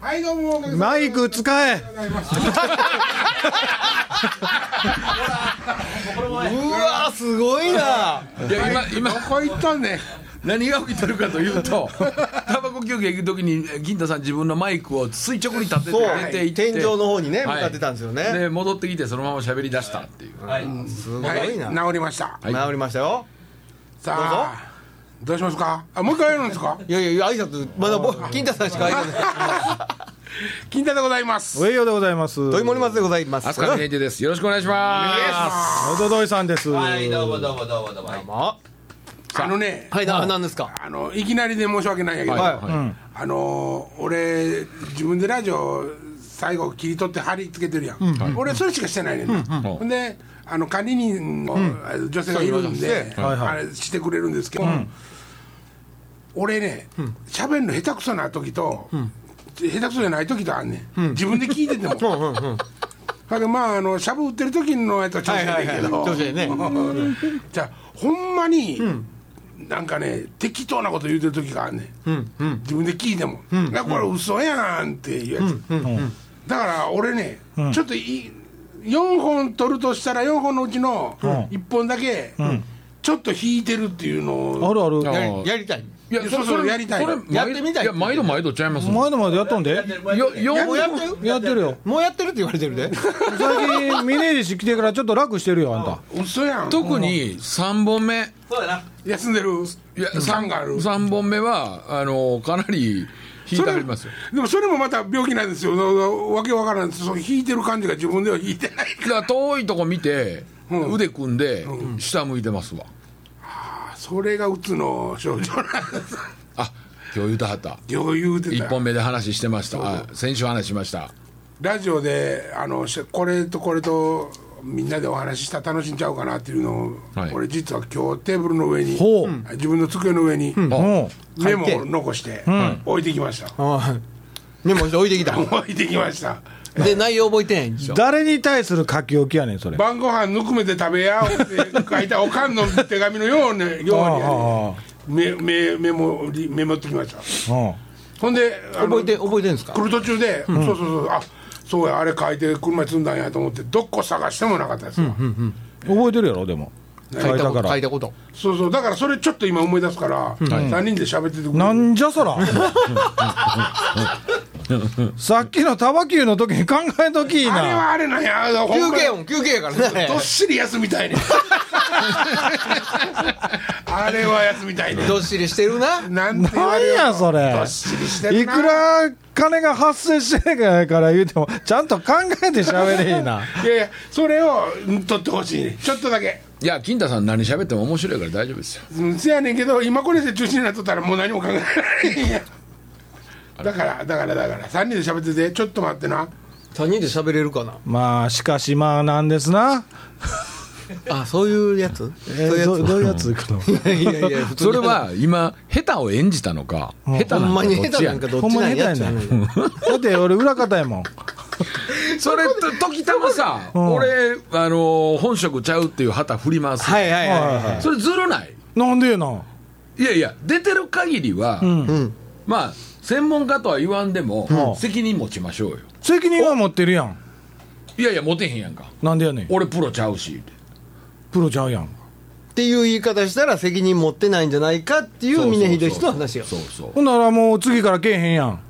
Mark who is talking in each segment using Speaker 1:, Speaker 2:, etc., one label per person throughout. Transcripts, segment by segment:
Speaker 1: はいどうもおかげさま
Speaker 2: マ
Speaker 1: で
Speaker 2: イク使え
Speaker 1: ございます
Speaker 2: うわすごいない
Speaker 3: や今今
Speaker 1: どこ行ったんねん
Speaker 3: 何が起きてるかというとタバコ休憩行く時に銀太さん自分のマイクを垂直に立てて
Speaker 2: そう
Speaker 3: 出ていって
Speaker 2: 天井の方にね
Speaker 3: はい
Speaker 2: 向かってたんですよね
Speaker 3: で戻ってきてそのまま喋り出したっていう
Speaker 2: すごい
Speaker 1: はい
Speaker 2: な、
Speaker 1: 治りました
Speaker 3: い
Speaker 2: 治りましたよ
Speaker 1: さあどうしますかあもう一回やるんです か
Speaker 2: いやいや挨拶まだ僕金太さんしか挨拶 ない
Speaker 1: 金太でございます
Speaker 4: 上与でございます。
Speaker 2: 土井森松でございます
Speaker 3: 飛鳥健一ですよろしくお願いしま
Speaker 4: おどどいさんです。
Speaker 5: はい、どうもどうもどうもどうも。はい、
Speaker 2: あ
Speaker 1: あのね
Speaker 2: はいな何ですか
Speaker 1: あのいきなりで申し訳ないんやけど、
Speaker 3: す
Speaker 2: はい
Speaker 3: は
Speaker 1: あの俺自分でラジオ最後切り取って貼り付けてるやん、俺それしかしてないねんな、ほんであの管理人のあの女性がいるんで、
Speaker 4: はいはい
Speaker 1: あれしてくれるんですけど、俺ね喋るの下手くそな時と、下手くそじゃない時とあんねん、自分で聞いてて も。だけどまああのしゃぶ売ってる時のやつは調子いいんだけど、
Speaker 2: はいはいはい調子いいね
Speaker 1: じゃあほんまに、なんかね適当なこと言うてる時があんねん、自分で聞いても「なこれ嘘やん」っていうやつ、だから俺ね、ちょっとい4本取るとしたら4本のうちの1本だけ、ちょっと引いてるっていうの
Speaker 4: あ
Speaker 1: を
Speaker 4: るある。
Speaker 3: い
Speaker 2: や
Speaker 3: あー
Speaker 2: りやりたい
Speaker 3: い
Speaker 1: いやそうそうやりたい
Speaker 3: これ
Speaker 2: やってみたい
Speaker 3: や毎度毎度ちゃいます
Speaker 4: 前の前でやっとんで。
Speaker 3: よよ
Speaker 2: もうやってる
Speaker 4: やってるよ。
Speaker 2: もうやってるって言われてるで
Speaker 4: 最近ミネージ氏来てからちょっと楽してるよあんた。
Speaker 1: 嘘やん
Speaker 3: 特に3本目
Speaker 5: そうだな。
Speaker 1: 休んでる
Speaker 3: いや
Speaker 1: 酸がある
Speaker 3: 3本目はあのかなり引い
Speaker 1: そ
Speaker 3: て
Speaker 1: れ
Speaker 3: ありますよ
Speaker 1: でもそれもまた病気なんですよそのわけわからんですそう引いてる感じが自分では引いてない
Speaker 3: だから遠いとこ見て
Speaker 1: うん
Speaker 3: 腕組んで下向いてますわ
Speaker 1: それがうつの症状なん です
Speaker 3: あ今日言うたはった
Speaker 1: 余裕で
Speaker 3: 1本目で話してましたあ先週話しました
Speaker 1: ラジオであのしこれとこれとみんなでお話ししたら楽しんじゃうかなっていうのを、
Speaker 3: はい
Speaker 1: 俺実は今日テーブルの上に
Speaker 4: ほう
Speaker 1: 自分の机の上に
Speaker 4: うん。
Speaker 1: メモを残して置いてきました、
Speaker 2: あメモして置いてきた
Speaker 1: 置いてきました
Speaker 2: で内容覚えてないんでしょ
Speaker 4: 誰に対する書き置きやねんそれ。あ
Speaker 1: 晩ご飯ぬくめて食べやって書いたおかんの手紙のように ように
Speaker 4: あ
Speaker 1: やね、
Speaker 4: あ
Speaker 1: メメメモリメモってきました
Speaker 4: あ。
Speaker 1: ほんであの
Speaker 2: 覚えて覚えてるんですか
Speaker 1: 来る途中で、そうそうそうあそうやあれ書いて車に積んだんやと思ってどっこ探してもなかったですわ、
Speaker 4: うん。覚えてるやろでも。書いたか
Speaker 2: 書
Speaker 4: ら
Speaker 2: い。たこと
Speaker 1: そうそうだからそれちょっと今思い出すから、三人で喋っててくれ
Speaker 4: なんじゃそら。さっきのタバキューの時に考えときいい
Speaker 1: あれ
Speaker 4: な。
Speaker 1: はあれなんやほん
Speaker 2: 休
Speaker 1: まに
Speaker 2: 憩音休憩やからね
Speaker 1: どっしり休みたい ねあれは休みたいね
Speaker 2: どっしりしてるな
Speaker 1: なんて言わ
Speaker 4: な
Speaker 1: れ
Speaker 4: ん
Speaker 1: よう
Speaker 4: やそれ
Speaker 1: どっしりして
Speaker 4: い
Speaker 1: るな
Speaker 4: くら金が発生してないから言うてもちゃんと考えて喋れいいな
Speaker 1: いやいやそれをうん取ってほしいねちょっとだけ
Speaker 3: いや金太さん何喋っても面白いから大丈夫ですよ
Speaker 1: うんせやねんけど今これで中止になっとったらもう何も考えられへんやだからだからだから3人で喋っててちょっと待ってな
Speaker 2: 3人で喋れるかな
Speaker 4: まあしかしまあなんですな、
Speaker 2: あそういう やつ
Speaker 4: えー、どどういうやついくの
Speaker 2: いやいやいや普通
Speaker 3: そ
Speaker 2: に
Speaker 3: れは今下手を演じたのか下手
Speaker 2: ほ
Speaker 3: なん
Speaker 2: ま
Speaker 3: の
Speaker 2: に
Speaker 3: か
Speaker 2: 下
Speaker 3: どっち
Speaker 2: 手な
Speaker 3: や
Speaker 2: ん
Speaker 3: ん
Speaker 2: か
Speaker 3: か
Speaker 2: どっちなんやっちゃう
Speaker 4: ほんまに下手やだって俺裏方やもん
Speaker 3: それと時たまさ俺あの本職ちゃうっていう旗振ります
Speaker 2: はいはいはいは
Speaker 3: それずるない
Speaker 4: なんでやない
Speaker 3: やいや出てる限りは
Speaker 4: ん
Speaker 3: まあ専門家とは言わんでも
Speaker 4: うん
Speaker 3: 責任持ちましょうよ
Speaker 4: 責任は持ってるやん
Speaker 3: いやいや持てへんやんか
Speaker 4: なんでやねん
Speaker 3: 俺プロちゃうし
Speaker 4: プロちゃうやん
Speaker 2: いっていう言い方したら責任持ってないんじゃないかっていう峰秀氏の話よ
Speaker 3: そうそう
Speaker 4: ほんならもう次からけえへんやん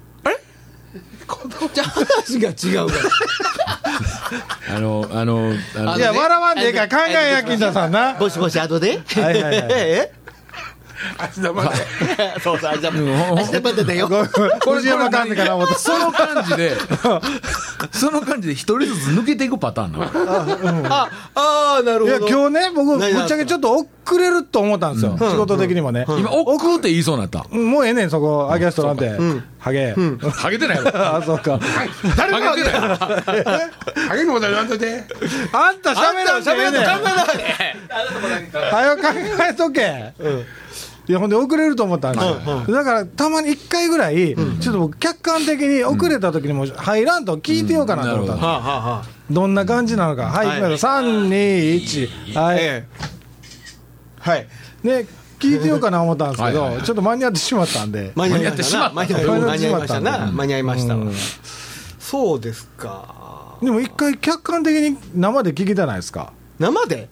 Speaker 2: じゃあ話が違うから
Speaker 3: あのあのあの
Speaker 2: あの
Speaker 4: い
Speaker 2: ね
Speaker 4: や笑わんでええから考えや金田さ んな
Speaker 2: ぼしぼし後で
Speaker 4: はいはいはい
Speaker 2: え
Speaker 1: 明日まで
Speaker 2: そうそう、あじゃあ、明日までだよ。
Speaker 4: 藤山監督から思った
Speaker 3: その感じでその感じで一人ずつ抜けていくパターンなの
Speaker 2: あ、ああ、なる
Speaker 4: いや
Speaker 2: ほど。
Speaker 4: 今日ね僕ぶ
Speaker 2: 何
Speaker 4: っちゃけちょっと遅れると思ったんですよ、仕事的にもね、
Speaker 3: 今奥って言いそうになった
Speaker 4: もうええねんそこアゲストなんて、ハゲ、
Speaker 3: ハゲてないわ
Speaker 4: あそうか
Speaker 1: 誰も
Speaker 3: ハゲてないわ
Speaker 1: ハゲのことは言わんといて
Speaker 4: あんた喋らんでええねん
Speaker 5: あなたもなんか。
Speaker 4: はよ考えとけ、いやほんで遅れると思ったんですよ、だからたまに1回ぐらい、ちょっと僕客観的に遅れた時にも入らんと聞いてようかなと思ったんです、
Speaker 2: はあはあはあ
Speaker 4: どんな感じなのかはい、
Speaker 2: はい
Speaker 4: 321はい、
Speaker 2: はい。
Speaker 4: ね聞いてようかな思ったんですけ
Speaker 3: はいはい
Speaker 4: ど
Speaker 3: は、い
Speaker 4: ちょっと間に合ってしまったんで。
Speaker 2: 間に合い
Speaker 3: 間に合っ
Speaker 2: ま
Speaker 3: て
Speaker 2: し
Speaker 3: したま
Speaker 2: な
Speaker 3: った
Speaker 2: 間に合いま
Speaker 4: 間に合
Speaker 2: し
Speaker 4: っ
Speaker 2: てた
Speaker 4: しまった
Speaker 2: な間に合いました
Speaker 4: うん
Speaker 2: そうですか
Speaker 4: でも一回客観的に生で聞きたないですか。
Speaker 2: 生で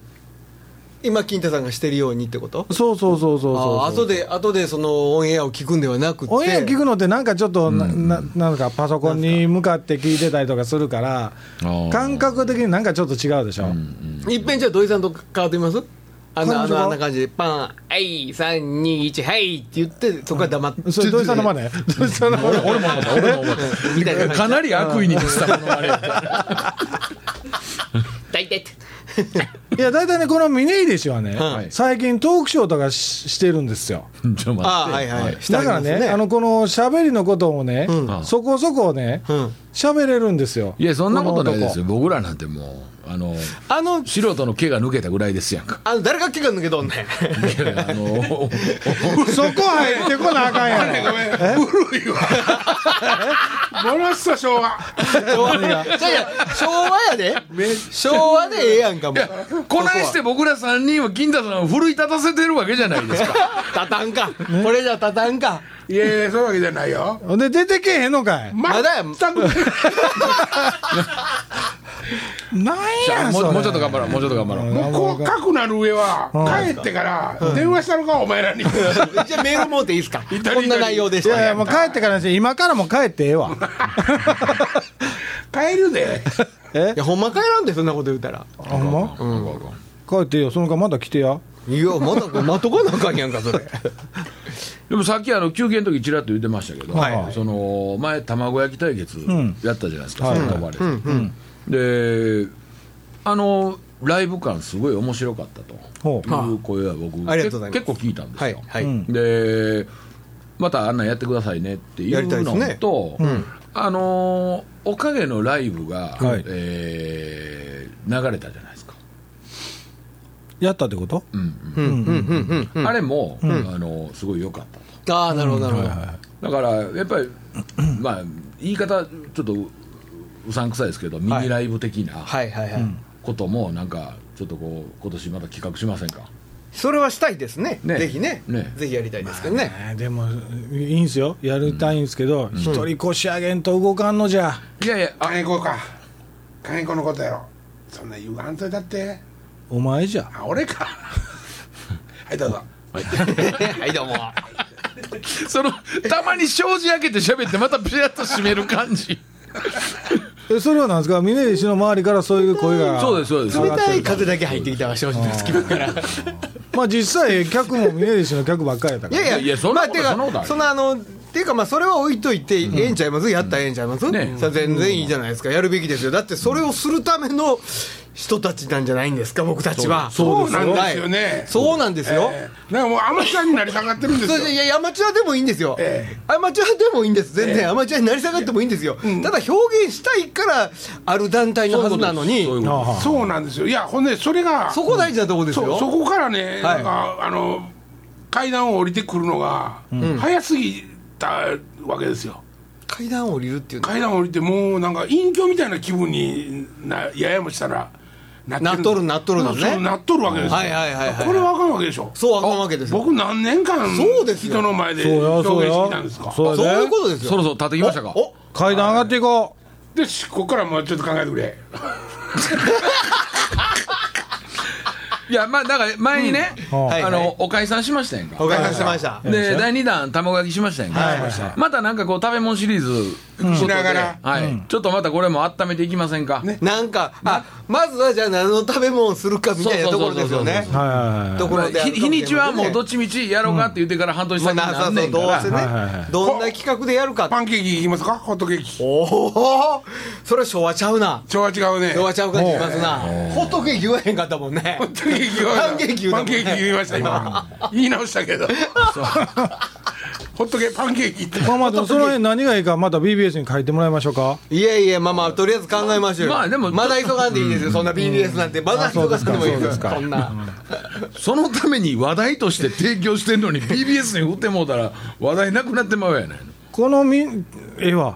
Speaker 2: 今金太さんがしてるようにってこと
Speaker 4: そうそうそうそうそう。
Speaker 2: ああ後で後でそのオンエアを聞くんではなくて
Speaker 4: オンエア聞くのって、なんかちょっとな、ななんかパソコンに向かって聞いてたりとかするから
Speaker 3: あ、ー
Speaker 4: 感覚的になんかちょっと違うでしょ、
Speaker 2: いっぺんじゃあ土井さんと変わってみますあのあ
Speaker 4: 彼女
Speaker 2: の
Speaker 4: が
Speaker 2: あんな感じでパン「はい321はい」って言ってそこから黙って
Speaker 4: それ、土井さんのマネ、 土井さんのマネ、
Speaker 3: 俺も思った俺も思っ
Speaker 2: みたいな
Speaker 3: た
Speaker 2: 感じ
Speaker 3: かなり悪意にしたものまね
Speaker 2: 大体って
Speaker 4: いや、大体ね、この峰秀氏はね、
Speaker 2: はい
Speaker 4: 最近、トークショーとかししてるんですよ。
Speaker 3: ちょっと待って
Speaker 2: ああはいはいしてあ
Speaker 4: だ
Speaker 2: り
Speaker 4: か
Speaker 2: ま
Speaker 4: ら
Speaker 2: す
Speaker 4: ね、あのこの喋りのこともね、
Speaker 3: ん
Speaker 4: そこそこね
Speaker 2: うん、
Speaker 4: 喋、れるんですよ。
Speaker 3: いやそんなことないですよ
Speaker 4: よ。
Speaker 3: 僕らなんてもうあの
Speaker 2: あの
Speaker 3: 素人の毛が抜けたぐらいですやんか
Speaker 2: あの誰が気が抜けとんね ん
Speaker 3: いやあの
Speaker 4: そこ入ってこなあかんや ろ。
Speaker 1: 古いわものすごい昭和
Speaker 2: 昭和じゃあいや昭和やで昭和でええやんかもう
Speaker 3: こないして僕ら3人は金田さんを奮い立たせてるわけじゃないですか
Speaker 2: たたんかこれじゃたたんか
Speaker 1: いやいやそういうわけじゃないよ
Speaker 4: ほんで、出てけえへんのかい。
Speaker 1: ま
Speaker 2: だや
Speaker 1: 全く
Speaker 4: なんや
Speaker 3: も
Speaker 4: それ
Speaker 3: うもうちょっと頑張ろうもうちょっと頑張ろう、
Speaker 1: もうこうかくなる上は帰ってから電話したのかお前らに
Speaker 2: じゃあメールもうていいですか
Speaker 1: イタリア
Speaker 2: こんな内容でし
Speaker 4: い
Speaker 2: た
Speaker 4: やいや、もう帰ってからにして、今からも帰ってええわ。
Speaker 1: 帰るで
Speaker 4: え
Speaker 2: いやほんま帰らんでそんなこと言うたら
Speaker 4: あほんま帰ってええよ、その間まだ来てや。
Speaker 2: いやまだ待っとかなあかんやんかそれ
Speaker 3: でもさっきあの休憩の時ちらっと言ってましたけど、
Speaker 4: はい
Speaker 3: その前卵焼き対決やったじゃないですか、
Speaker 4: はい
Speaker 3: そので、であのライブ感すごい面白かったと
Speaker 4: ほう
Speaker 3: いう声は僕、
Speaker 2: ありがとうございます
Speaker 3: 結構聞いたんです
Speaker 2: はい
Speaker 3: よ、
Speaker 2: はい、
Speaker 4: ん
Speaker 3: でまたあんなんやってくださいねってい
Speaker 2: やりた
Speaker 3: う
Speaker 2: いで
Speaker 3: の
Speaker 2: すね
Speaker 3: と、あのーおかげのライブが、
Speaker 4: はい
Speaker 3: えー流れたじゃないですか、
Speaker 4: やったってこと
Speaker 3: うん
Speaker 2: うんうんうんうんうん
Speaker 3: あれも、あのーすごい良かった
Speaker 2: ああなるほどなるほど、
Speaker 3: だからやっぱり、まあ、言い方、ちょっとううさんくさいですけど、ミニライブ的な
Speaker 2: はいはいはい、
Speaker 3: ことも、なんか、ちょっとこう、今年まだ企画しませんか、
Speaker 2: それはしたいですね
Speaker 3: ね
Speaker 2: ぜひね
Speaker 3: ね
Speaker 2: ぜひやりたいですけどね、
Speaker 4: えーでもいいんすよやりたいんですけど一、人腰上げんと動かんのじゃ
Speaker 3: いやいや、あ
Speaker 1: 金子か金子のことやろそんな言わんといたって
Speaker 4: お前じゃ
Speaker 1: あ俺かはいどうぞ
Speaker 2: はいどうも
Speaker 3: そのたまに障子開けて喋って、またピヤッと閉める感じ、
Speaker 4: えそれはなんですか峰岸の周りからそういう声が
Speaker 3: そうです、そうです、
Speaker 2: 冷たい風だけ入ってきたわ正直な隙間からい
Speaker 4: まあ実際客も峰岸の客ばっかりやったから
Speaker 2: やいや
Speaker 3: いやそんなこと
Speaker 2: まあ
Speaker 3: そん
Speaker 2: て
Speaker 3: なことあ
Speaker 2: か
Speaker 3: る
Speaker 2: そのあのっていうかまあそれは置いといて、ええんちゃいますやったらええんちゃいます、
Speaker 3: ね
Speaker 2: さ全然いいじゃないですかやるべきですよだってそれをするための人たちなんじゃないんですか僕たちは
Speaker 1: そうそうですよなんですよね
Speaker 2: はいそうなんですよ、
Speaker 1: えーなんかもうアマチュアになりたがってるんです
Speaker 2: そ
Speaker 1: よ
Speaker 2: ういやいやアマチュアでもいいんですよ、
Speaker 1: え
Speaker 2: アマチュアでもいいんです全然、アマチュアになり下がってもいいんですよ、ただ表現したいからある団体のはずなのにそ
Speaker 3: そういうことですそうい
Speaker 1: そ
Speaker 3: うことです
Speaker 4: ああ
Speaker 1: うなんですよいやほんでそれが
Speaker 2: こ大事なとこです
Speaker 1: そ
Speaker 2: よ
Speaker 1: うそこからね、
Speaker 2: はい
Speaker 1: なんかあの階段を降りてくるのが、早すぎたわけですよ
Speaker 2: 階段を降りるっていうの
Speaker 1: 階段を降りてもうなんか隠居みたいな気分になややもしたらな
Speaker 2: なっとるなっとるのね
Speaker 1: そうなっとるわけですよ、
Speaker 2: はいはいはいはい
Speaker 1: これはあかんわけでしょ
Speaker 2: そうあかんわけですよ
Speaker 1: 僕何年間
Speaker 2: そうですよ
Speaker 1: 人の前で
Speaker 4: そうやそ
Speaker 1: 表
Speaker 4: う
Speaker 1: 現してきたん
Speaker 4: や
Speaker 1: ですか
Speaker 4: そう
Speaker 2: そう
Speaker 4: や
Speaker 2: い
Speaker 4: で
Speaker 2: うことです
Speaker 3: そ
Speaker 2: よ
Speaker 3: ろそろ立てきましたか、
Speaker 2: お
Speaker 4: 階段上がっていこ
Speaker 1: でしここからもうちょっと考えてくれ
Speaker 3: いや、まあ、だから前にね、
Speaker 4: うん
Speaker 2: はい
Speaker 3: あ
Speaker 2: は
Speaker 3: の
Speaker 2: い
Speaker 3: お解散しましたやんか
Speaker 2: お。伺いしました
Speaker 3: で第2弾、卵焼きしましたやんか、またなんかこう、食べ物シリーズ
Speaker 1: しながら
Speaker 3: はいちょっとまたこれも温めていきませんか、
Speaker 1: ね
Speaker 2: なんかあまずはじゃあ何の食べ物をするかみたいなところですよね
Speaker 4: うはいはいはい
Speaker 2: とこ
Speaker 3: まあ
Speaker 2: ろであ
Speaker 3: 日
Speaker 2: るか
Speaker 3: 日にちはもうど
Speaker 2: っ
Speaker 3: っちみちやろうかって言ってから半年
Speaker 2: ま
Speaker 3: 先
Speaker 2: あ
Speaker 3: に
Speaker 2: な
Speaker 3: な
Speaker 2: さ
Speaker 3: ん
Speaker 2: そ
Speaker 3: ね
Speaker 2: うん
Speaker 3: か
Speaker 2: どう
Speaker 3: ら、
Speaker 2: せ
Speaker 4: はいはいは
Speaker 2: ね
Speaker 4: い
Speaker 2: どんな企画でやるか
Speaker 1: パンケーキいきますかホットケーキ
Speaker 2: おおそれは昭和ちゃうな
Speaker 1: 昭和違うね
Speaker 2: 昭和ちゃう感じしますなホットケーキ言わへんかったもんね
Speaker 1: パンケーキ言わ
Speaker 2: パンケーキ言うの
Speaker 1: パンケーキ言いました今言い直したけどホットケーキパンケーキって
Speaker 4: まあまあでもその辺何がいいかまた BBS に書いてもらいましょうか
Speaker 2: いやいやまあまあとりあえず考えましょうよ
Speaker 3: まあでも
Speaker 2: まだ急がんでいいですよそんな BBS なんてまだ急がんでもいいですよそんな
Speaker 3: そのために話題として提供してん のに BBS に振ってもうたら話題なくなってまうやないの
Speaker 4: このみんええわ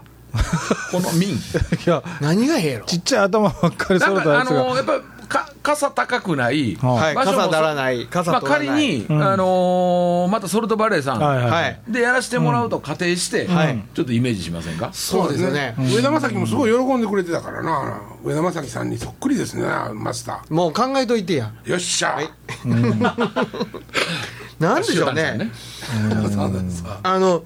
Speaker 3: この民
Speaker 4: いや
Speaker 2: 何がええやろ
Speaker 4: ちっちゃい頭ばっかり
Speaker 3: な
Speaker 4: そ
Speaker 3: ん
Speaker 4: れた
Speaker 3: か
Speaker 4: や
Speaker 3: あ
Speaker 4: つが
Speaker 3: のやっぱか傘高くない、
Speaker 4: はい
Speaker 3: 場所も
Speaker 2: 傘ならない傘
Speaker 3: まあ、
Speaker 2: 取らない
Speaker 3: 仮に、
Speaker 4: うん
Speaker 3: あのーまたソルトバレーさん、
Speaker 4: はいはい
Speaker 2: はい
Speaker 3: でやらせてもらうと仮定して、
Speaker 2: はい
Speaker 3: ちょっとイメージしませんか、
Speaker 2: そうですよね
Speaker 1: 上田正樹もすごい喜んでくれてたからな上田正樹さんにそっくりですねマスタ
Speaker 2: もう考えといてや
Speaker 1: ーよっしゃ、
Speaker 2: いなんでしょう
Speaker 3: 塩谷さん
Speaker 2: ねあの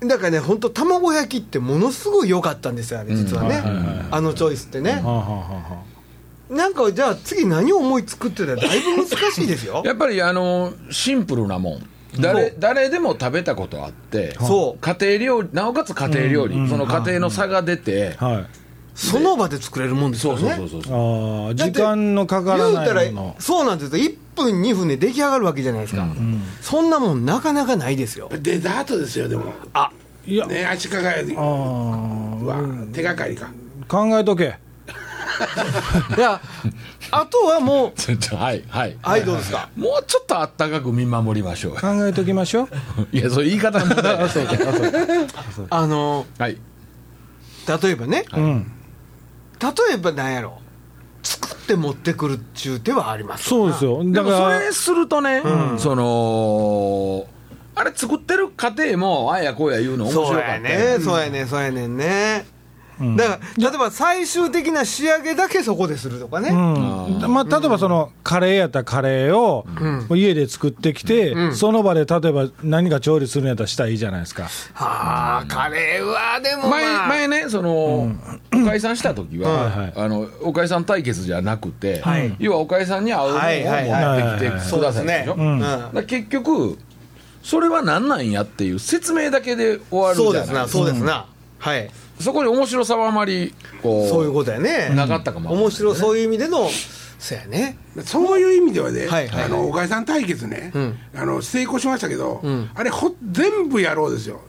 Speaker 2: だからね本当卵焼きってものすごい良かったんですよあれ実はね、
Speaker 4: うんはいはいはい
Speaker 2: あのチョイスってね、
Speaker 4: はあはあは
Speaker 2: なんかじゃあ次何を思いつくってたらだいぶ難しいです よ
Speaker 3: やっぱり、あのーシンプルなもん誰
Speaker 2: そう
Speaker 3: 誰でも食べたことあって
Speaker 2: そう
Speaker 3: 家庭料理なおかつ家庭料理、その家庭の差が出て、
Speaker 4: あはい
Speaker 2: その場で作れるもんです
Speaker 3: そ
Speaker 2: よ
Speaker 3: う
Speaker 2: ね
Speaker 3: そうそうそうそう、
Speaker 4: ああ
Speaker 2: だって
Speaker 4: 時間のかから
Speaker 2: 言うた
Speaker 4: な
Speaker 2: ら
Speaker 4: いもの
Speaker 2: そうなんですよ1分2分で出来上がるわけじゃないですか、そんなもんなかなかないで すよ
Speaker 1: デザートですよでも
Speaker 2: あ
Speaker 4: いや
Speaker 1: ね足利で
Speaker 4: あー
Speaker 1: うわ手がかりか
Speaker 4: 考えとけ
Speaker 2: いやあとはもう
Speaker 3: はいはい
Speaker 2: はいどうですか
Speaker 3: もうちょっとあったかく見守りましょう
Speaker 4: 考えときま しょう
Speaker 3: いや、そういう言い 方の問題
Speaker 4: あそうかあそうか
Speaker 2: あの
Speaker 3: はい。
Speaker 2: 例えばね
Speaker 4: うん
Speaker 2: 例えばなんやろ作って持ってくるっちゅう手はあります
Speaker 4: そうですよ
Speaker 3: で
Speaker 4: だ
Speaker 3: も
Speaker 4: か
Speaker 3: そ
Speaker 4: ら
Speaker 3: れするとね、その、あれ作ってる過程も、あやこうや言うの面白
Speaker 2: そ
Speaker 3: か
Speaker 2: う
Speaker 3: った
Speaker 2: や
Speaker 3: よ
Speaker 2: ね、そうやねそうやねんね、だから例えば最終的な仕上げだけそこでするとかね、
Speaker 4: うんまあ、例えばそのカレーやったらカレーをもう家で作ってきて、その場で例えば何か調理するんやったらしたらいいじゃないですか、
Speaker 2: はあカレーはでも、まあ、
Speaker 3: 前前ね、その、おかえさんした時は、
Speaker 4: はいはい
Speaker 3: あの、おかえさん対決じゃなくて、
Speaker 2: はい
Speaker 3: 要はおかえさんに合うものを
Speaker 2: はいはいはい
Speaker 3: 持ってきてくださいでしょ。
Speaker 2: そうですねうん
Speaker 3: だから結局、それは何なんやっていう説明だけで終わる
Speaker 2: そう
Speaker 3: じ
Speaker 2: で
Speaker 3: ゃ
Speaker 2: す
Speaker 3: ない
Speaker 2: な
Speaker 3: そ
Speaker 2: そうですな、はい
Speaker 3: そこに面白さはあまりこう
Speaker 2: そういうことやね
Speaker 3: なかったかも
Speaker 2: 面白いそういう意味でのそうやね
Speaker 1: そういう意味ではね、
Speaker 2: はいはいはい
Speaker 1: あのおかえさん対決ね、
Speaker 2: ん
Speaker 1: あの成功しましたけど、あれほ全部やろうですよ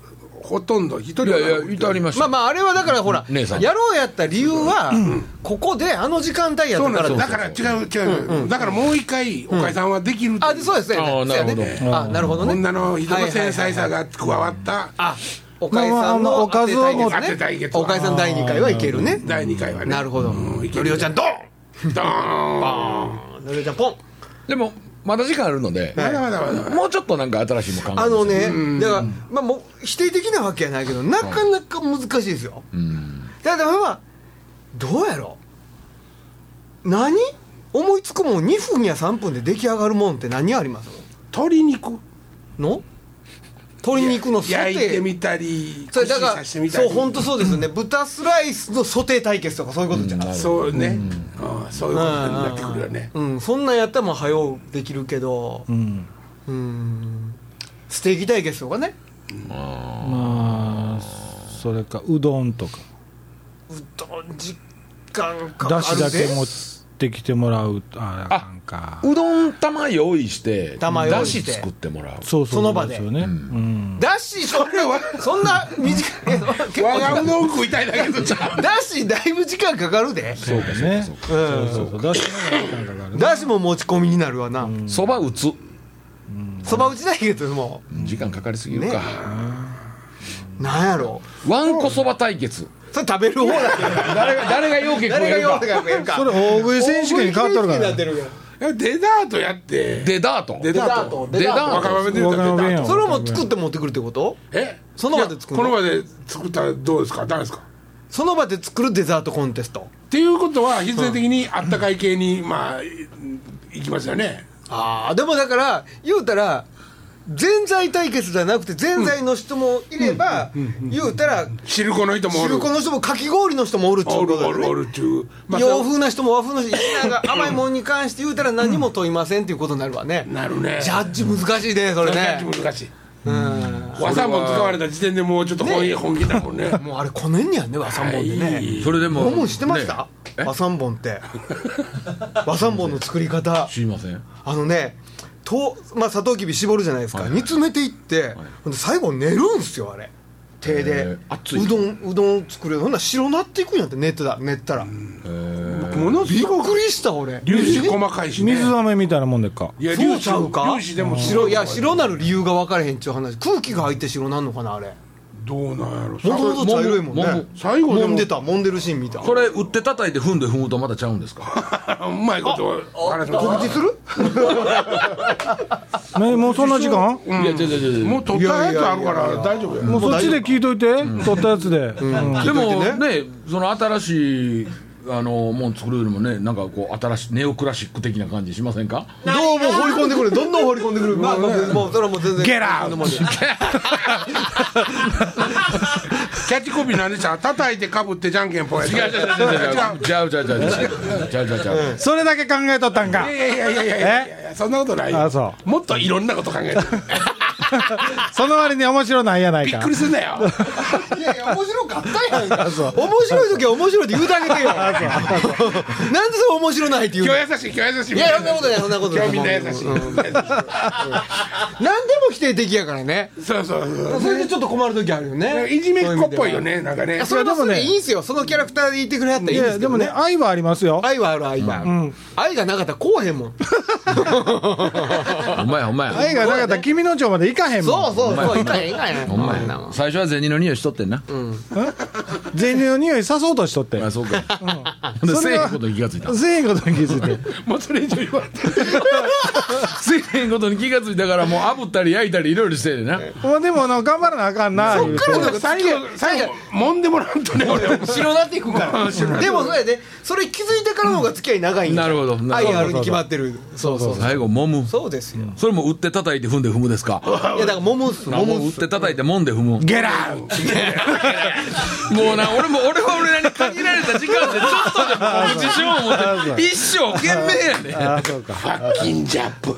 Speaker 1: ほとんど一人
Speaker 3: い
Speaker 1: は
Speaker 3: やいやいたありました
Speaker 2: まあまあ
Speaker 3: よ
Speaker 2: あれはだからほら、
Speaker 3: 姉さん
Speaker 2: やろうやった理由は、ここであの時間帯やっ
Speaker 1: そう
Speaker 2: た
Speaker 1: な
Speaker 2: か
Speaker 1: ん
Speaker 2: ら
Speaker 1: です
Speaker 2: で
Speaker 1: だ
Speaker 2: す
Speaker 1: から違う違う、だからもう一回おかえさんはできるっていう
Speaker 2: あでそうですね
Speaker 3: ああなるほど
Speaker 2: そうやねあなるほどね
Speaker 1: 女の人の繊細さが加わった
Speaker 2: あおかえさん
Speaker 4: まあまあ
Speaker 2: の
Speaker 4: おかずを持って
Speaker 2: 当てたいですね
Speaker 1: 当
Speaker 2: お
Speaker 1: てたい
Speaker 2: かえ
Speaker 1: です
Speaker 2: さん第2回はいけるね
Speaker 1: 第2回はね
Speaker 2: なるほど
Speaker 1: うんいけ
Speaker 2: のりおちゃんド
Speaker 1: ド ーン
Speaker 2: ンのりおちゃんポン
Speaker 3: でも、まだ時間あるので、
Speaker 1: まだまだまだまだ
Speaker 3: もうちょっとなんか新しいもの考えま
Speaker 2: あ
Speaker 3: しょ
Speaker 2: の
Speaker 3: う
Speaker 2: ねだからまあもう否定的なわけやないけどなかなか難しいですよだからまあどうやろ何思いつくもん2分や3分で出来上がるもんって何あります
Speaker 1: 鶏肉
Speaker 2: の鶏肉のソテー
Speaker 1: 焼いてみたり
Speaker 2: それだか
Speaker 1: 串
Speaker 2: ら
Speaker 1: 刺してみたり
Speaker 2: そう本当そうですよね豚スライスのソテー対決とかそういうことじゃない
Speaker 1: そうね、うんそういうことになってくるよね
Speaker 2: うん、そんなんやったらもう早うできるけど、うん、ステーキ対決とかね、
Speaker 4: まあそれかうどんとか
Speaker 2: うどん時間かか
Speaker 4: だ
Speaker 2: る
Speaker 4: し
Speaker 2: で
Speaker 4: だけ持ってきてもらうああかんか
Speaker 3: うどん玉用意して
Speaker 2: 玉用意して
Speaker 3: だし作ってもらう
Speaker 4: そうそ
Speaker 2: そ
Speaker 4: う
Speaker 2: の場で
Speaker 4: そうすよね、うん
Speaker 2: だし、そんな、そんな短い、結
Speaker 1: 我がう
Speaker 2: 構、
Speaker 1: どん食いたいだけどじゃん
Speaker 2: だし、だいぶ時間かかるで、
Speaker 4: そうかねそう
Speaker 2: う
Speaker 4: そうそうだしの時間かかる
Speaker 2: ん、だしも持ち込みになるわな、
Speaker 3: そば打つ
Speaker 2: そば打ちだけど、も
Speaker 3: 時間かかりすぎるか、
Speaker 2: う、なんやろ
Speaker 3: わんこそば対決
Speaker 2: う、それ食べる方だけど、
Speaker 3: 誰が誰が要件食
Speaker 2: 誰が
Speaker 3: える
Speaker 2: 用意
Speaker 3: か
Speaker 2: が増えるか、
Speaker 4: それ大食い選手権に変わっとるか
Speaker 2: 大
Speaker 4: ら
Speaker 2: 食いになってるか
Speaker 1: デザートやって
Speaker 3: デザート
Speaker 1: デ
Speaker 2: ら、
Speaker 1: ザ
Speaker 2: ダ
Speaker 1: ート
Speaker 2: ート、
Speaker 3: デ
Speaker 2: デ
Speaker 3: ザ
Speaker 2: ザ
Speaker 3: ート
Speaker 2: ート、
Speaker 1: 若葉で言うたら
Speaker 4: 若葉弁
Speaker 1: デザー
Speaker 4: よ
Speaker 1: ト
Speaker 2: それも作って持ってくるってこと
Speaker 1: え
Speaker 2: その場で作る
Speaker 1: いやこの場で作ったらどうですか誰ですか
Speaker 2: その場で作るデザートコンテスト
Speaker 1: っていうことは必然的にあったかい系に、まあいいきますよね
Speaker 2: ああでもだから言うたら全財対決じゃなくて全財の人もいれば言うたら
Speaker 1: 汁粉の人もおる
Speaker 2: 中古の人もかき氷の人もおるっちゅ
Speaker 1: お
Speaker 2: うこ
Speaker 1: る
Speaker 2: とだ
Speaker 1: お
Speaker 2: よ
Speaker 1: るお
Speaker 2: ね
Speaker 1: るっていう、まあ、
Speaker 2: 洋風な人も和風 の人みんなが甘いもんに関して言うたら何も問いませんっていうことになるわね
Speaker 1: なるね
Speaker 2: ジャッジ難しいねそれね
Speaker 1: 難しい難しい
Speaker 2: うん
Speaker 1: 和三盆使われた時点でもうちょっと本,、本気だもんね
Speaker 2: もうあれこねんねやね和三本でね
Speaker 3: それでも
Speaker 2: もも知ってました
Speaker 3: ね
Speaker 2: 和三本って 和三本の作り方
Speaker 3: 知りません
Speaker 2: あのねと、まあ、サトウキビ絞るじゃないですか、煮詰めていって、ほんで最後寝るんすよあれ手
Speaker 3: へ
Speaker 2: で
Speaker 3: ー熱いう
Speaker 2: どんうどん作れるほんなら白なっていくんやって寝てた寝たらび
Speaker 1: ものす
Speaker 2: っ
Speaker 1: ごく
Speaker 2: くりした俺
Speaker 1: 粒子細かいしね
Speaker 4: 水飴みたいなもんでっか
Speaker 1: いや
Speaker 2: そ
Speaker 1: 粒
Speaker 2: う
Speaker 1: 子
Speaker 2: ちゃうか
Speaker 1: 粒子でも
Speaker 2: 白いや白なる理由が分からへんっちゅう話空気が入って白なんのかなあれ
Speaker 1: どうなんやろ
Speaker 2: もともと茶色いもんね
Speaker 3: もも
Speaker 1: 最後でも
Speaker 2: 揉んでた揉んでるシーン見た
Speaker 3: これ売って叩いて踏んで踏むとまたちゃうんですか
Speaker 1: さ うまいこと話しま
Speaker 2: 告
Speaker 1: す
Speaker 2: 知する
Speaker 4: ねもうそんな時間
Speaker 3: いや違う違う違う
Speaker 1: もう取ったやつあるか
Speaker 2: いやいやい
Speaker 1: ら
Speaker 2: や
Speaker 1: 大丈夫や
Speaker 4: もうそっちで聞いといて、撮ったやつで、うん
Speaker 3: で
Speaker 2: 聞い
Speaker 3: も
Speaker 2: とい
Speaker 3: ねその新しいあのもん作るよりもねなんかこう新しいネオクラシック的な感じしませんか
Speaker 2: どうも放り込んでくるどんどん放り込んでくるまあまあもうそれはもう全然
Speaker 1: ゲラ
Speaker 2: ー
Speaker 1: ーキャッチコピー何でした叩いてかぶってじゃんけんぽんや
Speaker 3: 違う違う違う違う違う違う違う違う違う
Speaker 1: 違う
Speaker 4: それだけ考えとったんか
Speaker 1: いやいやいやいやいやいやいやそんなことないよ
Speaker 4: あそ
Speaker 1: もっといろんなこと考えて
Speaker 4: その割に面白ないやない
Speaker 1: びっ
Speaker 4: か
Speaker 1: くりすんなよ
Speaker 2: いやいや面白かったやん か面白い時は面白いって言うてあげてよ なんで それ面白ないって言う
Speaker 1: 今
Speaker 2: の
Speaker 1: 日優しい今日優しい
Speaker 2: いやそんなことないそんなことな
Speaker 1: 今日
Speaker 2: い
Speaker 1: みんな優しい
Speaker 2: 何でも否定的やからね
Speaker 1: そうそうそう
Speaker 2: それでちょっと困る時あるよ
Speaker 1: なんか
Speaker 2: ね
Speaker 1: いじめっ子っぽいよねなんかね
Speaker 2: やそれもそれでいいんすよそのキャラクターで言ってくれはったらい
Speaker 4: い
Speaker 2: いんです
Speaker 4: や
Speaker 2: け
Speaker 4: で
Speaker 2: ど
Speaker 4: もね愛はありますよ
Speaker 2: 愛はある愛はある、愛がなかったらこうへんもん
Speaker 3: ほんまやほんまや
Speaker 4: 愛がなかったら君の町まで行かへんも
Speaker 2: そ
Speaker 4: ん
Speaker 2: うそうそういかへんいかへん
Speaker 3: ほんまや最初は銭の匂いしとってんな
Speaker 4: 全入の匂いさそうとしとって
Speaker 3: あそうかほんでせえへんことに気がついた
Speaker 4: 全員ことに気づいて
Speaker 1: もうそれ以上言われて
Speaker 3: せえへんことに気がついたからもう炙ったり焼いたりいろいろしてるな
Speaker 4: もうでもあの頑張らなあかんなそ
Speaker 1: 最後最後揉んでもらうとね俺
Speaker 2: 後ろなっていくからでもそうやでそれ気づいてからの方が付き合い長いんじゃん
Speaker 3: なるほどなるほ
Speaker 2: 愛
Speaker 3: ど
Speaker 2: あるに決まってるそうそうそう
Speaker 3: 最後揉む
Speaker 2: そうですよ
Speaker 3: それも売って叩いて踏んで踏むで すか
Speaker 2: いやだからもむっす
Speaker 3: も
Speaker 2: も
Speaker 3: う
Speaker 2: む
Speaker 3: 売
Speaker 2: っ
Speaker 3: っ
Speaker 2: す
Speaker 3: て叩いて揉んで踏 むも
Speaker 1: ゲラー
Speaker 3: うな俺も俺は俺らに限られた時間でちょっとでも自信を持って一生懸命やね
Speaker 4: あそうか
Speaker 1: ファッキンジャップ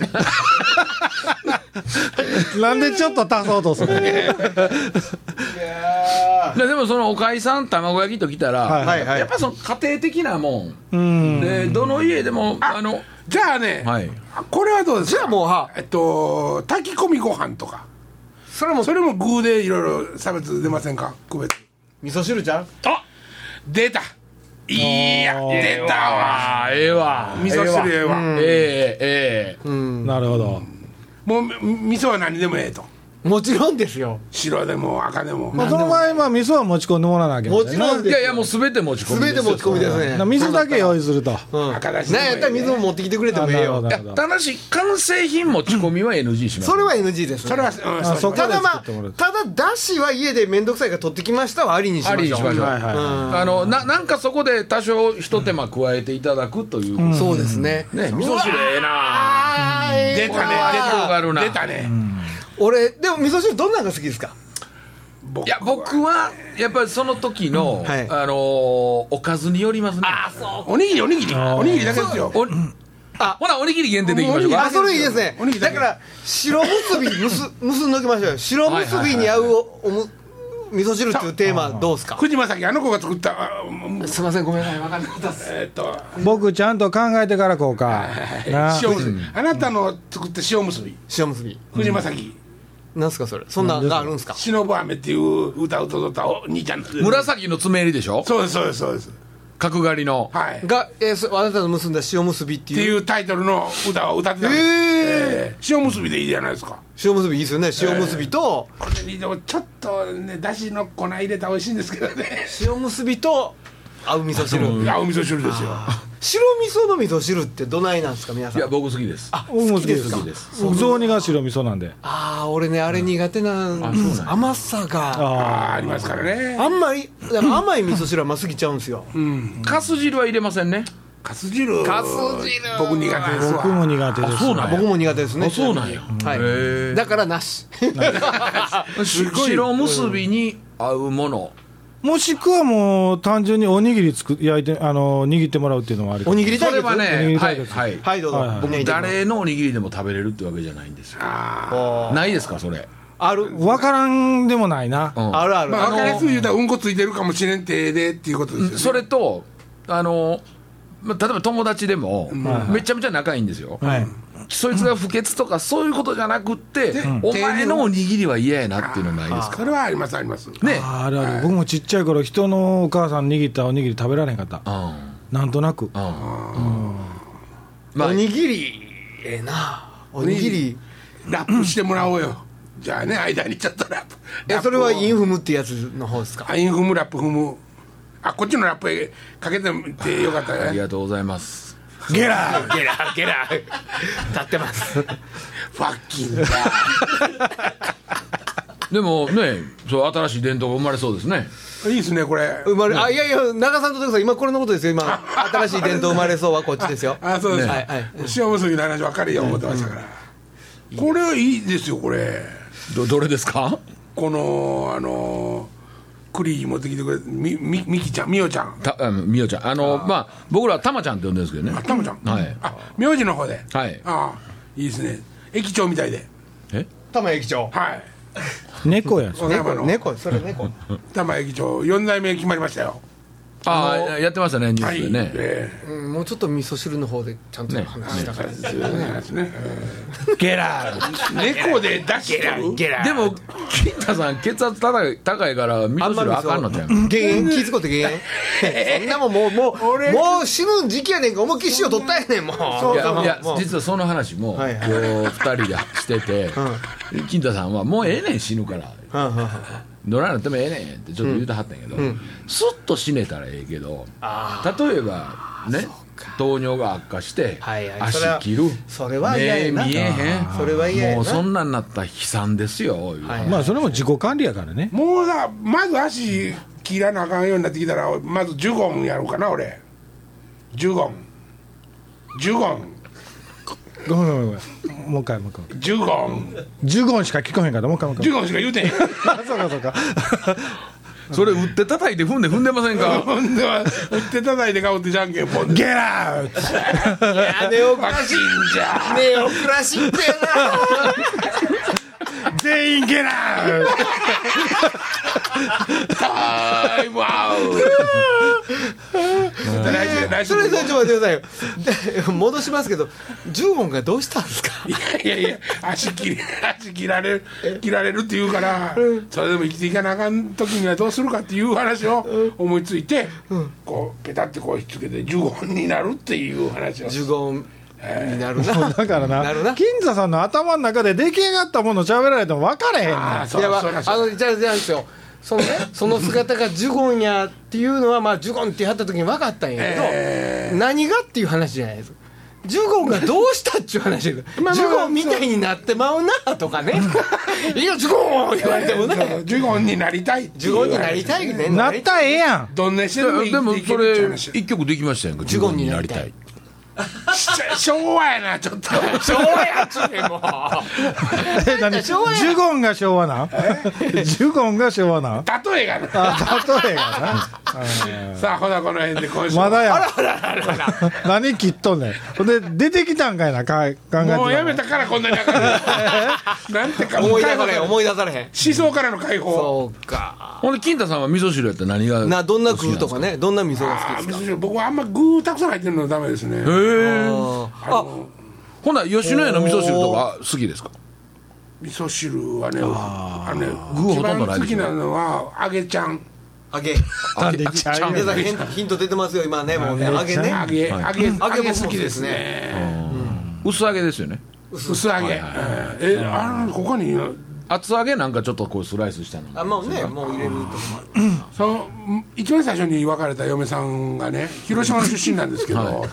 Speaker 4: なんでちょっと足そうとする
Speaker 3: でもそのおかいさん卵焼きときたら
Speaker 2: はいはい
Speaker 3: やっぱりその家庭的なもん
Speaker 4: うん
Speaker 3: でどの家でもあの
Speaker 1: じゃあね
Speaker 3: はい
Speaker 1: これはどうです
Speaker 2: じゃあ
Speaker 1: か
Speaker 2: もうは
Speaker 1: えっと炊き込みご飯とか
Speaker 2: それも
Speaker 1: それも具でいろいろ差別出ませんか区別
Speaker 2: 味噌汁じゃん
Speaker 1: あ出たいや出たわ
Speaker 3: あーええわ
Speaker 1: 味噌汁ええわ
Speaker 3: えええええ
Speaker 4: なるほど
Speaker 1: もうみ味噌は何でもええと
Speaker 2: もちろんですよ
Speaker 1: 白でも赤でも
Speaker 4: まあその場合まあ味噌は持ち込んでもらわなきゃ
Speaker 2: もちろん
Speaker 3: えい
Speaker 2: で
Speaker 3: やいやもう全て持ち込
Speaker 2: す
Speaker 3: み
Speaker 2: べて持ち込みですね
Speaker 4: 水だけ用意すると
Speaker 2: うん
Speaker 1: 赤だしでも
Speaker 2: なん
Speaker 1: ええ
Speaker 2: やったら水も持ってきてくれてもええ
Speaker 4: あな
Speaker 2: よ
Speaker 4: る
Speaker 3: いや
Speaker 4: ほど
Speaker 3: ただし完成品持ち込みは NG します
Speaker 2: それは NG ですね
Speaker 1: それはうん
Speaker 4: あそ
Speaker 1: そ
Speaker 4: こ
Speaker 1: れ
Speaker 2: ただ
Speaker 4: 作
Speaker 2: まあ
Speaker 4: ってもらう
Speaker 2: ただだしは家で面倒くさいから取ってきましたはありにしま
Speaker 3: ありに
Speaker 2: しょ
Speaker 3: しましょう、
Speaker 2: う
Speaker 4: はいはいは
Speaker 3: あのななんかそこで多少ひと手間加えていただくという、ね
Speaker 2: そうですね
Speaker 3: 味噌汁ええな
Speaker 1: 出たね
Speaker 3: 出た
Speaker 1: 出たね
Speaker 2: 俺でも味噌汁どんなんが好きですか
Speaker 1: 僕
Speaker 3: いや僕はやっぱりその時の、
Speaker 2: はい
Speaker 3: あのーおかずによりますねあそう
Speaker 1: おにぎりおにぎりおにぎりだけですよ
Speaker 3: お
Speaker 2: あ
Speaker 3: ほなおにぎり限定でいきましょう
Speaker 2: あ
Speaker 3: か
Speaker 2: それいいですね
Speaker 1: おにぎりだ
Speaker 2: だ
Speaker 1: け
Speaker 2: から白結びむす結んどきましょうよ白結びに合うおおむ味噌汁っていうテーマどうですか
Speaker 1: 藤正樹あの子が作ったあうん
Speaker 2: すいませんごめんなさい分かんなかったです
Speaker 1: えーっと
Speaker 4: 僕ちゃんと考えてからこうかな
Speaker 1: 塩結びあなたの作った塩結び
Speaker 2: 白結び
Speaker 1: 藤正樹
Speaker 2: なんすかそれそんなんがあるんすか
Speaker 1: 忍ぶ飴っていう歌を歌ったお兄ちゃんの
Speaker 3: 紫の爪入りでしょ
Speaker 1: そうですそうですそうです
Speaker 3: 角刈りの
Speaker 1: はいっ
Speaker 2: が、えーそあなたの結んだ塩結びっ
Speaker 1: て
Speaker 2: てい
Speaker 1: いううタイトルの歌を歌ってたんですえー塩結びでいいじゃないですか
Speaker 2: 塩結びいいですよね塩結びと
Speaker 1: これにでもちょっとねだしの粉入れたら美味しいんですけどね
Speaker 2: 塩結びと合う味噌汁
Speaker 1: いやお味噌汁ですよ
Speaker 2: 白味噌の味噌汁ってどないなんですか皆さ
Speaker 3: い
Speaker 2: ん
Speaker 3: や僕好きですあ
Speaker 4: 僕も好きです
Speaker 3: 好きです
Speaker 4: 僕雑煮が白味噌なんで
Speaker 2: ああ俺ねあれ苦手なんです甘さが
Speaker 1: あ
Speaker 4: あ
Speaker 1: あありますからね
Speaker 2: あんまりでも甘い味噌汁は甘すぎちゃうんですよ
Speaker 3: かす汁は入れませんね
Speaker 1: かす汁かす汁僕苦手です
Speaker 4: あ僕
Speaker 1: わ
Speaker 4: も苦手です
Speaker 3: なん
Speaker 2: 僕も苦手ですね
Speaker 3: あそうなんや
Speaker 2: は
Speaker 3: へ
Speaker 2: い
Speaker 3: ー
Speaker 2: だからなし
Speaker 3: し白結びに合うもの
Speaker 4: もしくはもう単純におにぎりつく焼いてあの握ってもらうっていうのもあり
Speaker 2: おにぎり
Speaker 3: そ
Speaker 2: 対
Speaker 3: れ
Speaker 2: 決
Speaker 3: はねは
Speaker 4: はいい
Speaker 3: はい、
Speaker 2: はいどうぞ
Speaker 4: はいはい
Speaker 2: 僕ね
Speaker 3: 誰のおにぎりでも食べれるってわけじゃないんですよ
Speaker 1: あ
Speaker 3: ないですかそれ、
Speaker 2: ある
Speaker 4: 分からんでもないな
Speaker 3: うん
Speaker 2: あるあ
Speaker 1: あ
Speaker 2: る
Speaker 1: まあ
Speaker 2: あ
Speaker 1: 分
Speaker 2: の
Speaker 1: かりやすく言うたらうんこついてるかもしれんてでっていうことですよね
Speaker 3: それとあのま例えば友達でも、めちゃめちゃ仲いいんですよ、
Speaker 4: はい
Speaker 3: そいつが不潔とかそういうことじゃなくって、お前のおにぎりは嫌やなっていうのないですか
Speaker 1: それはありますあります
Speaker 3: ね
Speaker 4: あるある僕もちっちゃい頃人のお母さん握ったおにぎり食べられへんかった
Speaker 3: うん
Speaker 4: なんとなく
Speaker 3: うんまあ
Speaker 2: おにぎりええなおにぎり
Speaker 1: ラップしてもらおうよじゃあね間にちょっとラップ
Speaker 2: えそれはイン
Speaker 1: フ
Speaker 2: フムってやつの方ですか
Speaker 1: インフムラップ踏むあこっちのラップかけてみてよかった
Speaker 3: あり
Speaker 1: ね
Speaker 3: がとうございます
Speaker 1: ゲラー
Speaker 3: ゲラゲラ
Speaker 2: 立ってます
Speaker 1: ファッキンだ
Speaker 3: でもねそう新しい伝統が生まれそうですね
Speaker 1: いいですねこれ
Speaker 2: 生まれあいやいや長さんと徳さん今これのことですよ今新しい伝統生まれそうはこっちですよ
Speaker 1: あそうです
Speaker 2: はいはい
Speaker 1: 塩結びの話分かるよ思ってましたからこれはいいですよこれ
Speaker 3: どどれですか
Speaker 1: このあのクリー持ってきてくれみみみきちゃんみおちゃん
Speaker 3: たあのみよちゃんあのまあ僕らはたまちゃんって呼んでるんですけどね
Speaker 1: あたまちゃん
Speaker 3: はい
Speaker 1: あ名字の方で
Speaker 3: は
Speaker 1: はいああいいですね駅長みたいで
Speaker 3: え
Speaker 2: 玉駅長
Speaker 1: はい
Speaker 4: 猫やん
Speaker 1: お山
Speaker 2: 猫
Speaker 1: の
Speaker 2: 猫それ猫
Speaker 1: 玉駅長四代目決まりましたよ
Speaker 3: ああやってましたねニュ
Speaker 1: は
Speaker 3: ース
Speaker 1: い
Speaker 3: でね、
Speaker 1: え
Speaker 2: うんもうちょっと味噌汁の方でちゃんと話したから
Speaker 1: えそうですね
Speaker 4: ゲラー
Speaker 1: 猫で出してる
Speaker 3: でも金太さん血圧高い高いから味噌汁あかんのちゃう
Speaker 2: 減塩気づこうって減塩そんなもんもうもうもう死ぬ時期やねんから思いっきり塩取ったやねんもう
Speaker 3: い
Speaker 2: いや
Speaker 3: やいや
Speaker 2: もう
Speaker 3: 実はその話も今
Speaker 2: はい
Speaker 3: 日
Speaker 2: はい
Speaker 3: 2人でしてて金太さんは「もうええねん死ぬから
Speaker 2: うんうんうん
Speaker 3: 乗らなくてもええねん」ってちょっと言うてはったんやけどスッと死ねたらええけど例えばね糖尿が悪化して
Speaker 2: はいはい
Speaker 3: 足
Speaker 2: それは
Speaker 3: 切る
Speaker 2: それは嫌やな
Speaker 3: 目見えへん
Speaker 2: それは嫌やな
Speaker 3: もうそんなんなったら悲惨ですよ言う
Speaker 2: はい
Speaker 4: まあそれも自己管理やからね
Speaker 1: もうさまず足切らなあかんようになってきたらまず15音やろうかな俺15音15音
Speaker 4: ごめんごめんごめんもう一回もう一回
Speaker 1: 15音
Speaker 4: 15音しか聞こえへんからもう一回もう一
Speaker 1: 15音しか言うてへん
Speaker 4: 回あそうかそうか
Speaker 3: それ売って叩いて踏んで踏んでませんか
Speaker 1: ほんでは売って叩いて顔ってじゃんけんポンで
Speaker 4: ゲラー
Speaker 2: あネオク
Speaker 1: バ
Speaker 2: ラ
Speaker 1: キ
Speaker 2: シ
Speaker 1: ン
Speaker 2: ッ
Speaker 1: じゃ
Speaker 2: クネオクラシックや
Speaker 4: 全員ゲラー
Speaker 1: タイムアウト来週
Speaker 2: な
Speaker 1: 来週
Speaker 2: それそれちょっと待ってくださいよ戻しますけど10音がどうしたんですか
Speaker 1: いやいやいや足切れ 足切られる切られるって言うからそれでも生きていかなあかん時にはどうするかっていう話を思いついてこうペタってこう引っつけて15本になるっていう話を
Speaker 2: 15音にな る
Speaker 4: も
Speaker 2: な
Speaker 4: うだからな
Speaker 2: なるな
Speaker 4: 金座さんの頭の中で出来上がったもの喋られても分かれへんねん
Speaker 1: ああそ
Speaker 2: いうやまあ
Speaker 1: そうらしい
Speaker 2: あのじゃあじゃあですよそ のねその姿がジュゴンやっていうのはまあジュゴンってやった時に分かったんやけど、
Speaker 1: え
Speaker 2: 何がっていう話じゃないですジュゴンがどうしたっていう話だけどジュゴンみたいになってまうなとかね いやジュゴン言われてもね
Speaker 1: そう15本になりたいって
Speaker 2: ジ
Speaker 1: い
Speaker 2: ュ
Speaker 1: う
Speaker 2: ゴ
Speaker 1: 話
Speaker 2: ンになりたいね
Speaker 4: なったらええやん
Speaker 1: どんなしてでも
Speaker 3: でも
Speaker 1: 生きてい
Speaker 3: そ
Speaker 1: けるっていう
Speaker 3: れ
Speaker 1: 話
Speaker 3: 一曲できましたやんか
Speaker 2: ジュゴンになりたい
Speaker 3: ジュゴン
Speaker 1: し昭和やなちょっと
Speaker 2: 昭和やっちゅうねんもう
Speaker 4: え何ジ
Speaker 2: 昭和や
Speaker 4: ュゴンが昭和なんジュゴンが昭和なん
Speaker 1: 例えがな
Speaker 4: あ例えがな
Speaker 1: さあほなこの辺で今週も
Speaker 4: まだや何切っとんねんほんで出てきたんかいなか考えてたの
Speaker 1: もうやめたからこんなに長いなんてか
Speaker 2: 思い出されへん
Speaker 1: 思
Speaker 2: 思い出されへん
Speaker 1: 想からの解放
Speaker 2: そうか
Speaker 3: ほんで金太さんは味噌汁やったら何が
Speaker 2: などんな食うとかねどんな味噌が好
Speaker 1: あ
Speaker 2: き
Speaker 1: ー味噌
Speaker 2: ですか
Speaker 1: 汁僕はあんま具たくさん入ってるのダメですね
Speaker 3: へ
Speaker 2: あ
Speaker 3: え
Speaker 1: あの
Speaker 3: ほな吉野家の味噌汁とか好きですか
Speaker 1: 味噌汁はねあのね
Speaker 3: 具
Speaker 1: 一
Speaker 3: ほとん
Speaker 1: 番
Speaker 3: どない
Speaker 1: 好
Speaker 3: でし
Speaker 1: き
Speaker 3: ょ
Speaker 1: なのは揚げちゃん
Speaker 2: 揚げ
Speaker 4: なんでちゃう
Speaker 2: 皆さんヒン ヒント出てますよ今ねもうね揚げね
Speaker 1: 揚げ揚げ揚
Speaker 2: 揚げ
Speaker 1: げ
Speaker 2: 僕も
Speaker 1: 好きですね
Speaker 3: 薄揚げですよね
Speaker 1: 薄揚げえあの他に
Speaker 3: 厚揚げなんかちょっとこうスライスしたの
Speaker 2: あもうねもう入れるとこもある
Speaker 1: その一番最初に別れた嫁さんがね広島の出身なんですけ
Speaker 3: はい
Speaker 1: ど
Speaker 3: は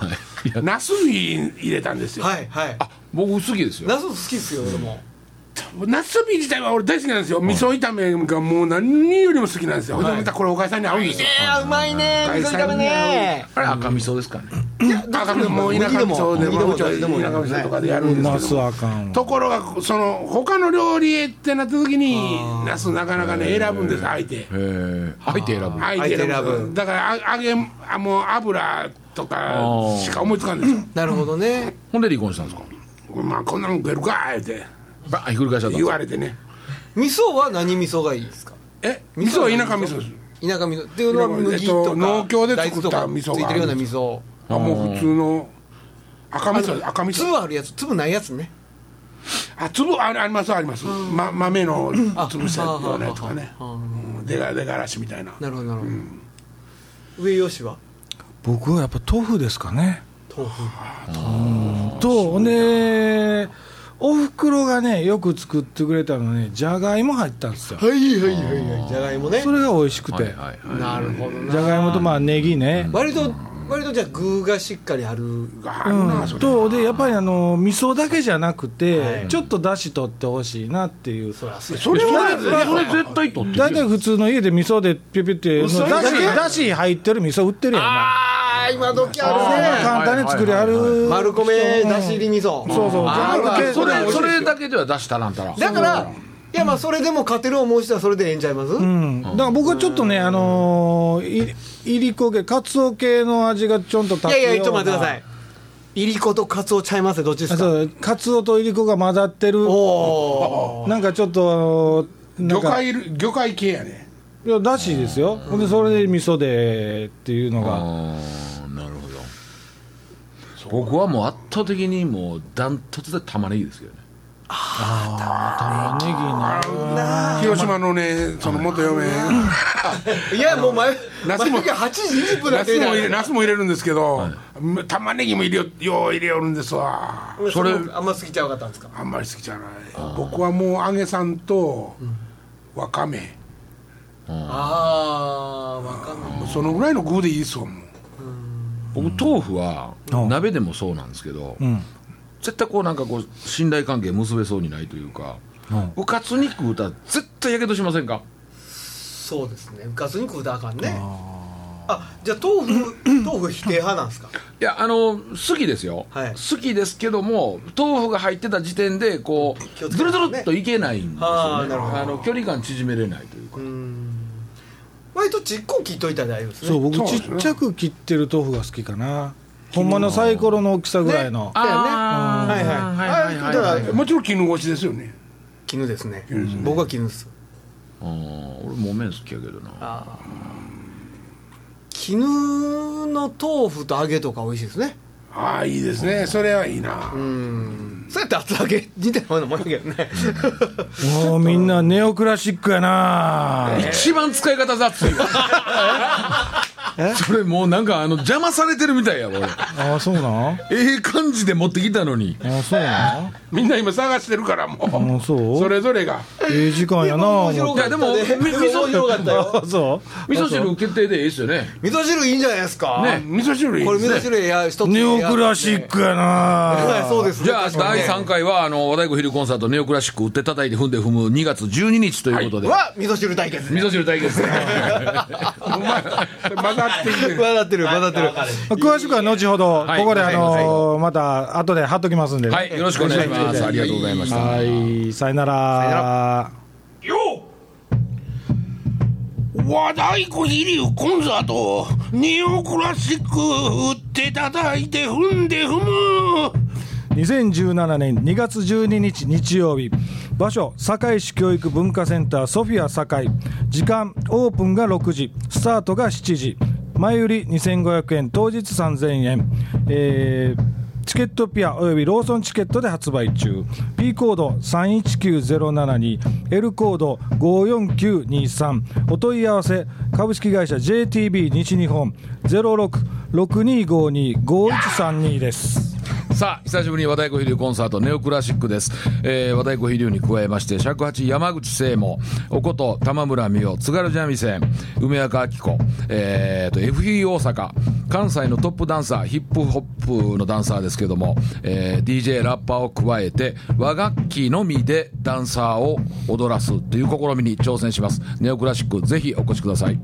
Speaker 3: いいや
Speaker 1: ナスビ入れたんですよ
Speaker 2: はいはい
Speaker 3: 僕好きですよ
Speaker 2: ナス好きっすよ俺も
Speaker 1: ナスビ自体は俺大好きなんですよ味噌炒めがもう何よりも好きなんですよほんでまたこれおかゆさんに合うんですよ
Speaker 2: あうまいね
Speaker 1: 味噌炒めね
Speaker 3: あれ赤味噌ですかね
Speaker 1: 赤身も田舎味噌で
Speaker 2: 麦でも
Speaker 1: もちろん田舎味噌とかでやるんですけど
Speaker 4: ナスあかん
Speaker 1: ところがその他の料理へってなった時にナスなかなかね選ぶんです相手
Speaker 3: へえ入って選ぶ
Speaker 1: 相手選ぶ
Speaker 2: 相手選ぶ
Speaker 1: だからあ揚げあもう油とか
Speaker 3: ー
Speaker 1: しか思いつかんでしょ
Speaker 2: なるほどね
Speaker 3: ほんで離婚したんですか
Speaker 1: まあこんなもん食えるかって
Speaker 3: バーンひっくり返しちゃったん
Speaker 1: 言
Speaker 3: です
Speaker 1: われてね
Speaker 2: 味噌は何味噌がいいですか
Speaker 1: え味噌は田舎味噌です
Speaker 2: 田舎味噌っていうのは麦と
Speaker 1: えっ
Speaker 2: か
Speaker 1: と農協で
Speaker 2: 大
Speaker 1: 作
Speaker 2: 豆
Speaker 1: った
Speaker 2: とか
Speaker 1: 味噌が
Speaker 2: ついてるような味噌
Speaker 1: あもう普通の赤味噌赤味噌
Speaker 2: 粒あるやつ粒ないやつね
Speaker 1: あ粒あありますあります、ま、豆の潰したようなやつとかねうんでがでがらしみたいな
Speaker 2: なるほどなるほど、上吉は
Speaker 4: 僕はやっぱ豆腐ですかね
Speaker 2: 豆腐
Speaker 4: とほんでおふくろがねよく作ってくれたのねじゃがいも入ったんですよ
Speaker 2: はいはいはいはいじゃがいもね
Speaker 4: それが美味しく
Speaker 3: はいは
Speaker 4: て
Speaker 3: いはい
Speaker 2: なるほどな
Speaker 4: じゃがいもとまあネギね
Speaker 2: 割と割とじゃあ具がしっかりある
Speaker 1: があ
Speaker 4: う
Speaker 1: るな、
Speaker 4: ん
Speaker 1: それ
Speaker 4: とでやっぱりあの味噌だけじゃなくて、
Speaker 2: はい
Speaker 4: ちょっと出汁取ってほしいなっていう
Speaker 1: それは
Speaker 3: それそれ絶対取って
Speaker 4: 大
Speaker 3: るや
Speaker 4: 体
Speaker 3: ん
Speaker 4: 普通の家で味噌でピュピュってだし
Speaker 1: 嘘だけ
Speaker 4: だし入ってる味噌売ってるやんな
Speaker 2: ああ今時あ
Speaker 4: それ
Speaker 2: る
Speaker 4: が
Speaker 2: ね
Speaker 4: 簡単に作れあ
Speaker 3: はいはいはい
Speaker 4: る
Speaker 2: 丸米だし入り味噌
Speaker 4: そうそう
Speaker 2: あるある
Speaker 3: それそれ
Speaker 2: だ
Speaker 3: だけでは出したらんたら
Speaker 2: からいやまあそれでも勝てる思う人はそれでええんちゃいます
Speaker 4: うん、だから僕はちょっとね、あのーいいりこ系、かつお系の味がちょんと立つ
Speaker 2: い
Speaker 4: ような
Speaker 2: やいやちょっと待ってくださいいりことかつおちゃいますよどっちです
Speaker 4: あ
Speaker 2: か
Speaker 4: そうかつおといりこが混ざってる
Speaker 2: おお
Speaker 4: なんかちょっとあのーな
Speaker 1: 魚
Speaker 4: んか
Speaker 1: 介類魚介系やね
Speaker 4: いやだしですよほんでそれで味噌でっていうのが
Speaker 3: あーなるほど僕はもう圧倒的にもうダントツで玉ねぎですけどね
Speaker 4: 玉ねぎな
Speaker 1: 広島のねその元嫁
Speaker 2: いやもう前
Speaker 1: ナスも
Speaker 2: 前が8時20分だ
Speaker 1: ナ
Speaker 2: って
Speaker 1: ス
Speaker 2: る
Speaker 1: も
Speaker 2: じゃ
Speaker 1: 入れ
Speaker 2: ん
Speaker 1: ナスも入れるんですけど、玉ねぎも入れよよう入れよるんですわ
Speaker 2: それあんま過ぎちゃうかったんですか
Speaker 1: あんまり好きじゃない僕はもう揚げさんとわかめ、
Speaker 2: ああわかんない
Speaker 1: もうそのぐらいの具でいいですわもう
Speaker 3: 僕豆腐は鍋でもそうなんですけど、
Speaker 4: ん
Speaker 3: 絶対こうなんかこう信頼関係結べそうにないというか、うかつに食うたら絶対やけどしませんか
Speaker 2: そうですね。ガスに食うたらあかんね。あ、じゃあ豆腐豆腐否定派なんですか。
Speaker 3: いやあの好きですよ、
Speaker 2: はい
Speaker 3: 好きですけども豆腐が入ってた時点でこ
Speaker 2: 気を
Speaker 3: う
Speaker 2: つけ
Speaker 3: ず
Speaker 2: てね
Speaker 3: るずるっといけないんです
Speaker 2: あー
Speaker 3: よね
Speaker 2: なるほど
Speaker 3: あの距離感縮めれないというか、
Speaker 2: 割とちっこ切っといたら大丈夫ですね。
Speaker 4: そう
Speaker 1: そ
Speaker 4: 僕
Speaker 1: うで
Speaker 4: ち
Speaker 1: すね
Speaker 4: っちゃく切ってる豆腐が好きかなほんまのサイコロの大きさぐらいの、
Speaker 2: あだよね
Speaker 3: あー
Speaker 2: はいはい
Speaker 3: はいはい
Speaker 2: あ
Speaker 3: はい
Speaker 2: だ
Speaker 3: は
Speaker 2: か
Speaker 3: い
Speaker 2: ら
Speaker 1: もちろん絹ごしですよね
Speaker 2: 絹ですね
Speaker 1: 絹ですね。
Speaker 2: 僕は絹です。
Speaker 3: あー俺も麺好きやけどな
Speaker 2: ああ。絹の豆腐と揚げとか美味しいですね。
Speaker 1: ああいいですねそれはいいな、
Speaker 2: うん。そうやって厚揚げ似たようなもんやけどね。
Speaker 4: もうみんなネオクラシック やな、
Speaker 3: 一番使い方雑いわそれもうなんかあの邪魔されてるみたいやわ俺
Speaker 4: ああそうなん
Speaker 3: ええ感じで持ってきたのに
Speaker 4: ああそうなん
Speaker 1: みんな今探してるからも
Speaker 4: あ
Speaker 1: う
Speaker 4: そう
Speaker 1: それぞれが
Speaker 4: ええ時間やな思って
Speaker 3: いや でもみ味噌
Speaker 2: 面白かったよ。
Speaker 4: あそう
Speaker 3: 味噌汁決定でいいですよね
Speaker 2: 味噌汁いいんじゃないですか。
Speaker 1: あ味噌汁いい
Speaker 2: これ
Speaker 1: です
Speaker 2: 味
Speaker 1: ね
Speaker 2: 噌汁や一つ。
Speaker 4: ネオクラシッ。クや
Speaker 2: は、
Speaker 4: ない
Speaker 2: そうですね。
Speaker 3: じゃあ第3回はあの和太鼓ヒルコンサートネオクラシック売って叩いて踏んで踏む2月12日ということで、
Speaker 2: は味噌汁対 決。
Speaker 3: 味噌汁対決
Speaker 1: うまいそれ混ざってきてる
Speaker 2: 混ざってる混ざってる。
Speaker 4: 詳しくは後ほど、
Speaker 3: はい
Speaker 4: ここであ
Speaker 3: はい
Speaker 4: のーまた後で貼っときますんでね、
Speaker 3: はいよろしくお願いしますありがとうございました、
Speaker 4: はいさよなら
Speaker 1: よう和太鼓飛竜コンサートネオクラシック打って叩いて踏んで踏む
Speaker 4: 2017年2月12日日曜日場所堺市教育文化センターソフィア堺時間オープンが6時スタートが7時前売り2500円当日3000円、えーチケットピアおよびローソンチケットで発売中 P コード319072に L コード54923お問い合わせ株式会社 JTB 西日本0662525132です
Speaker 3: さあ久しぶりに和太鼓飛龍コンサートネオクラシックです、えー和太鼓飛龍に加えまして尺八山口聖もおこと玉村美代津軽三味線梅若明子、えー、と FE 大阪関西のトップダンサーヒップホップのダンサーですけども、えー DJ ラッパーを加えて和楽器のみでダンサーを踊らすという試みに挑戦しますネオクラシックぜひお越しください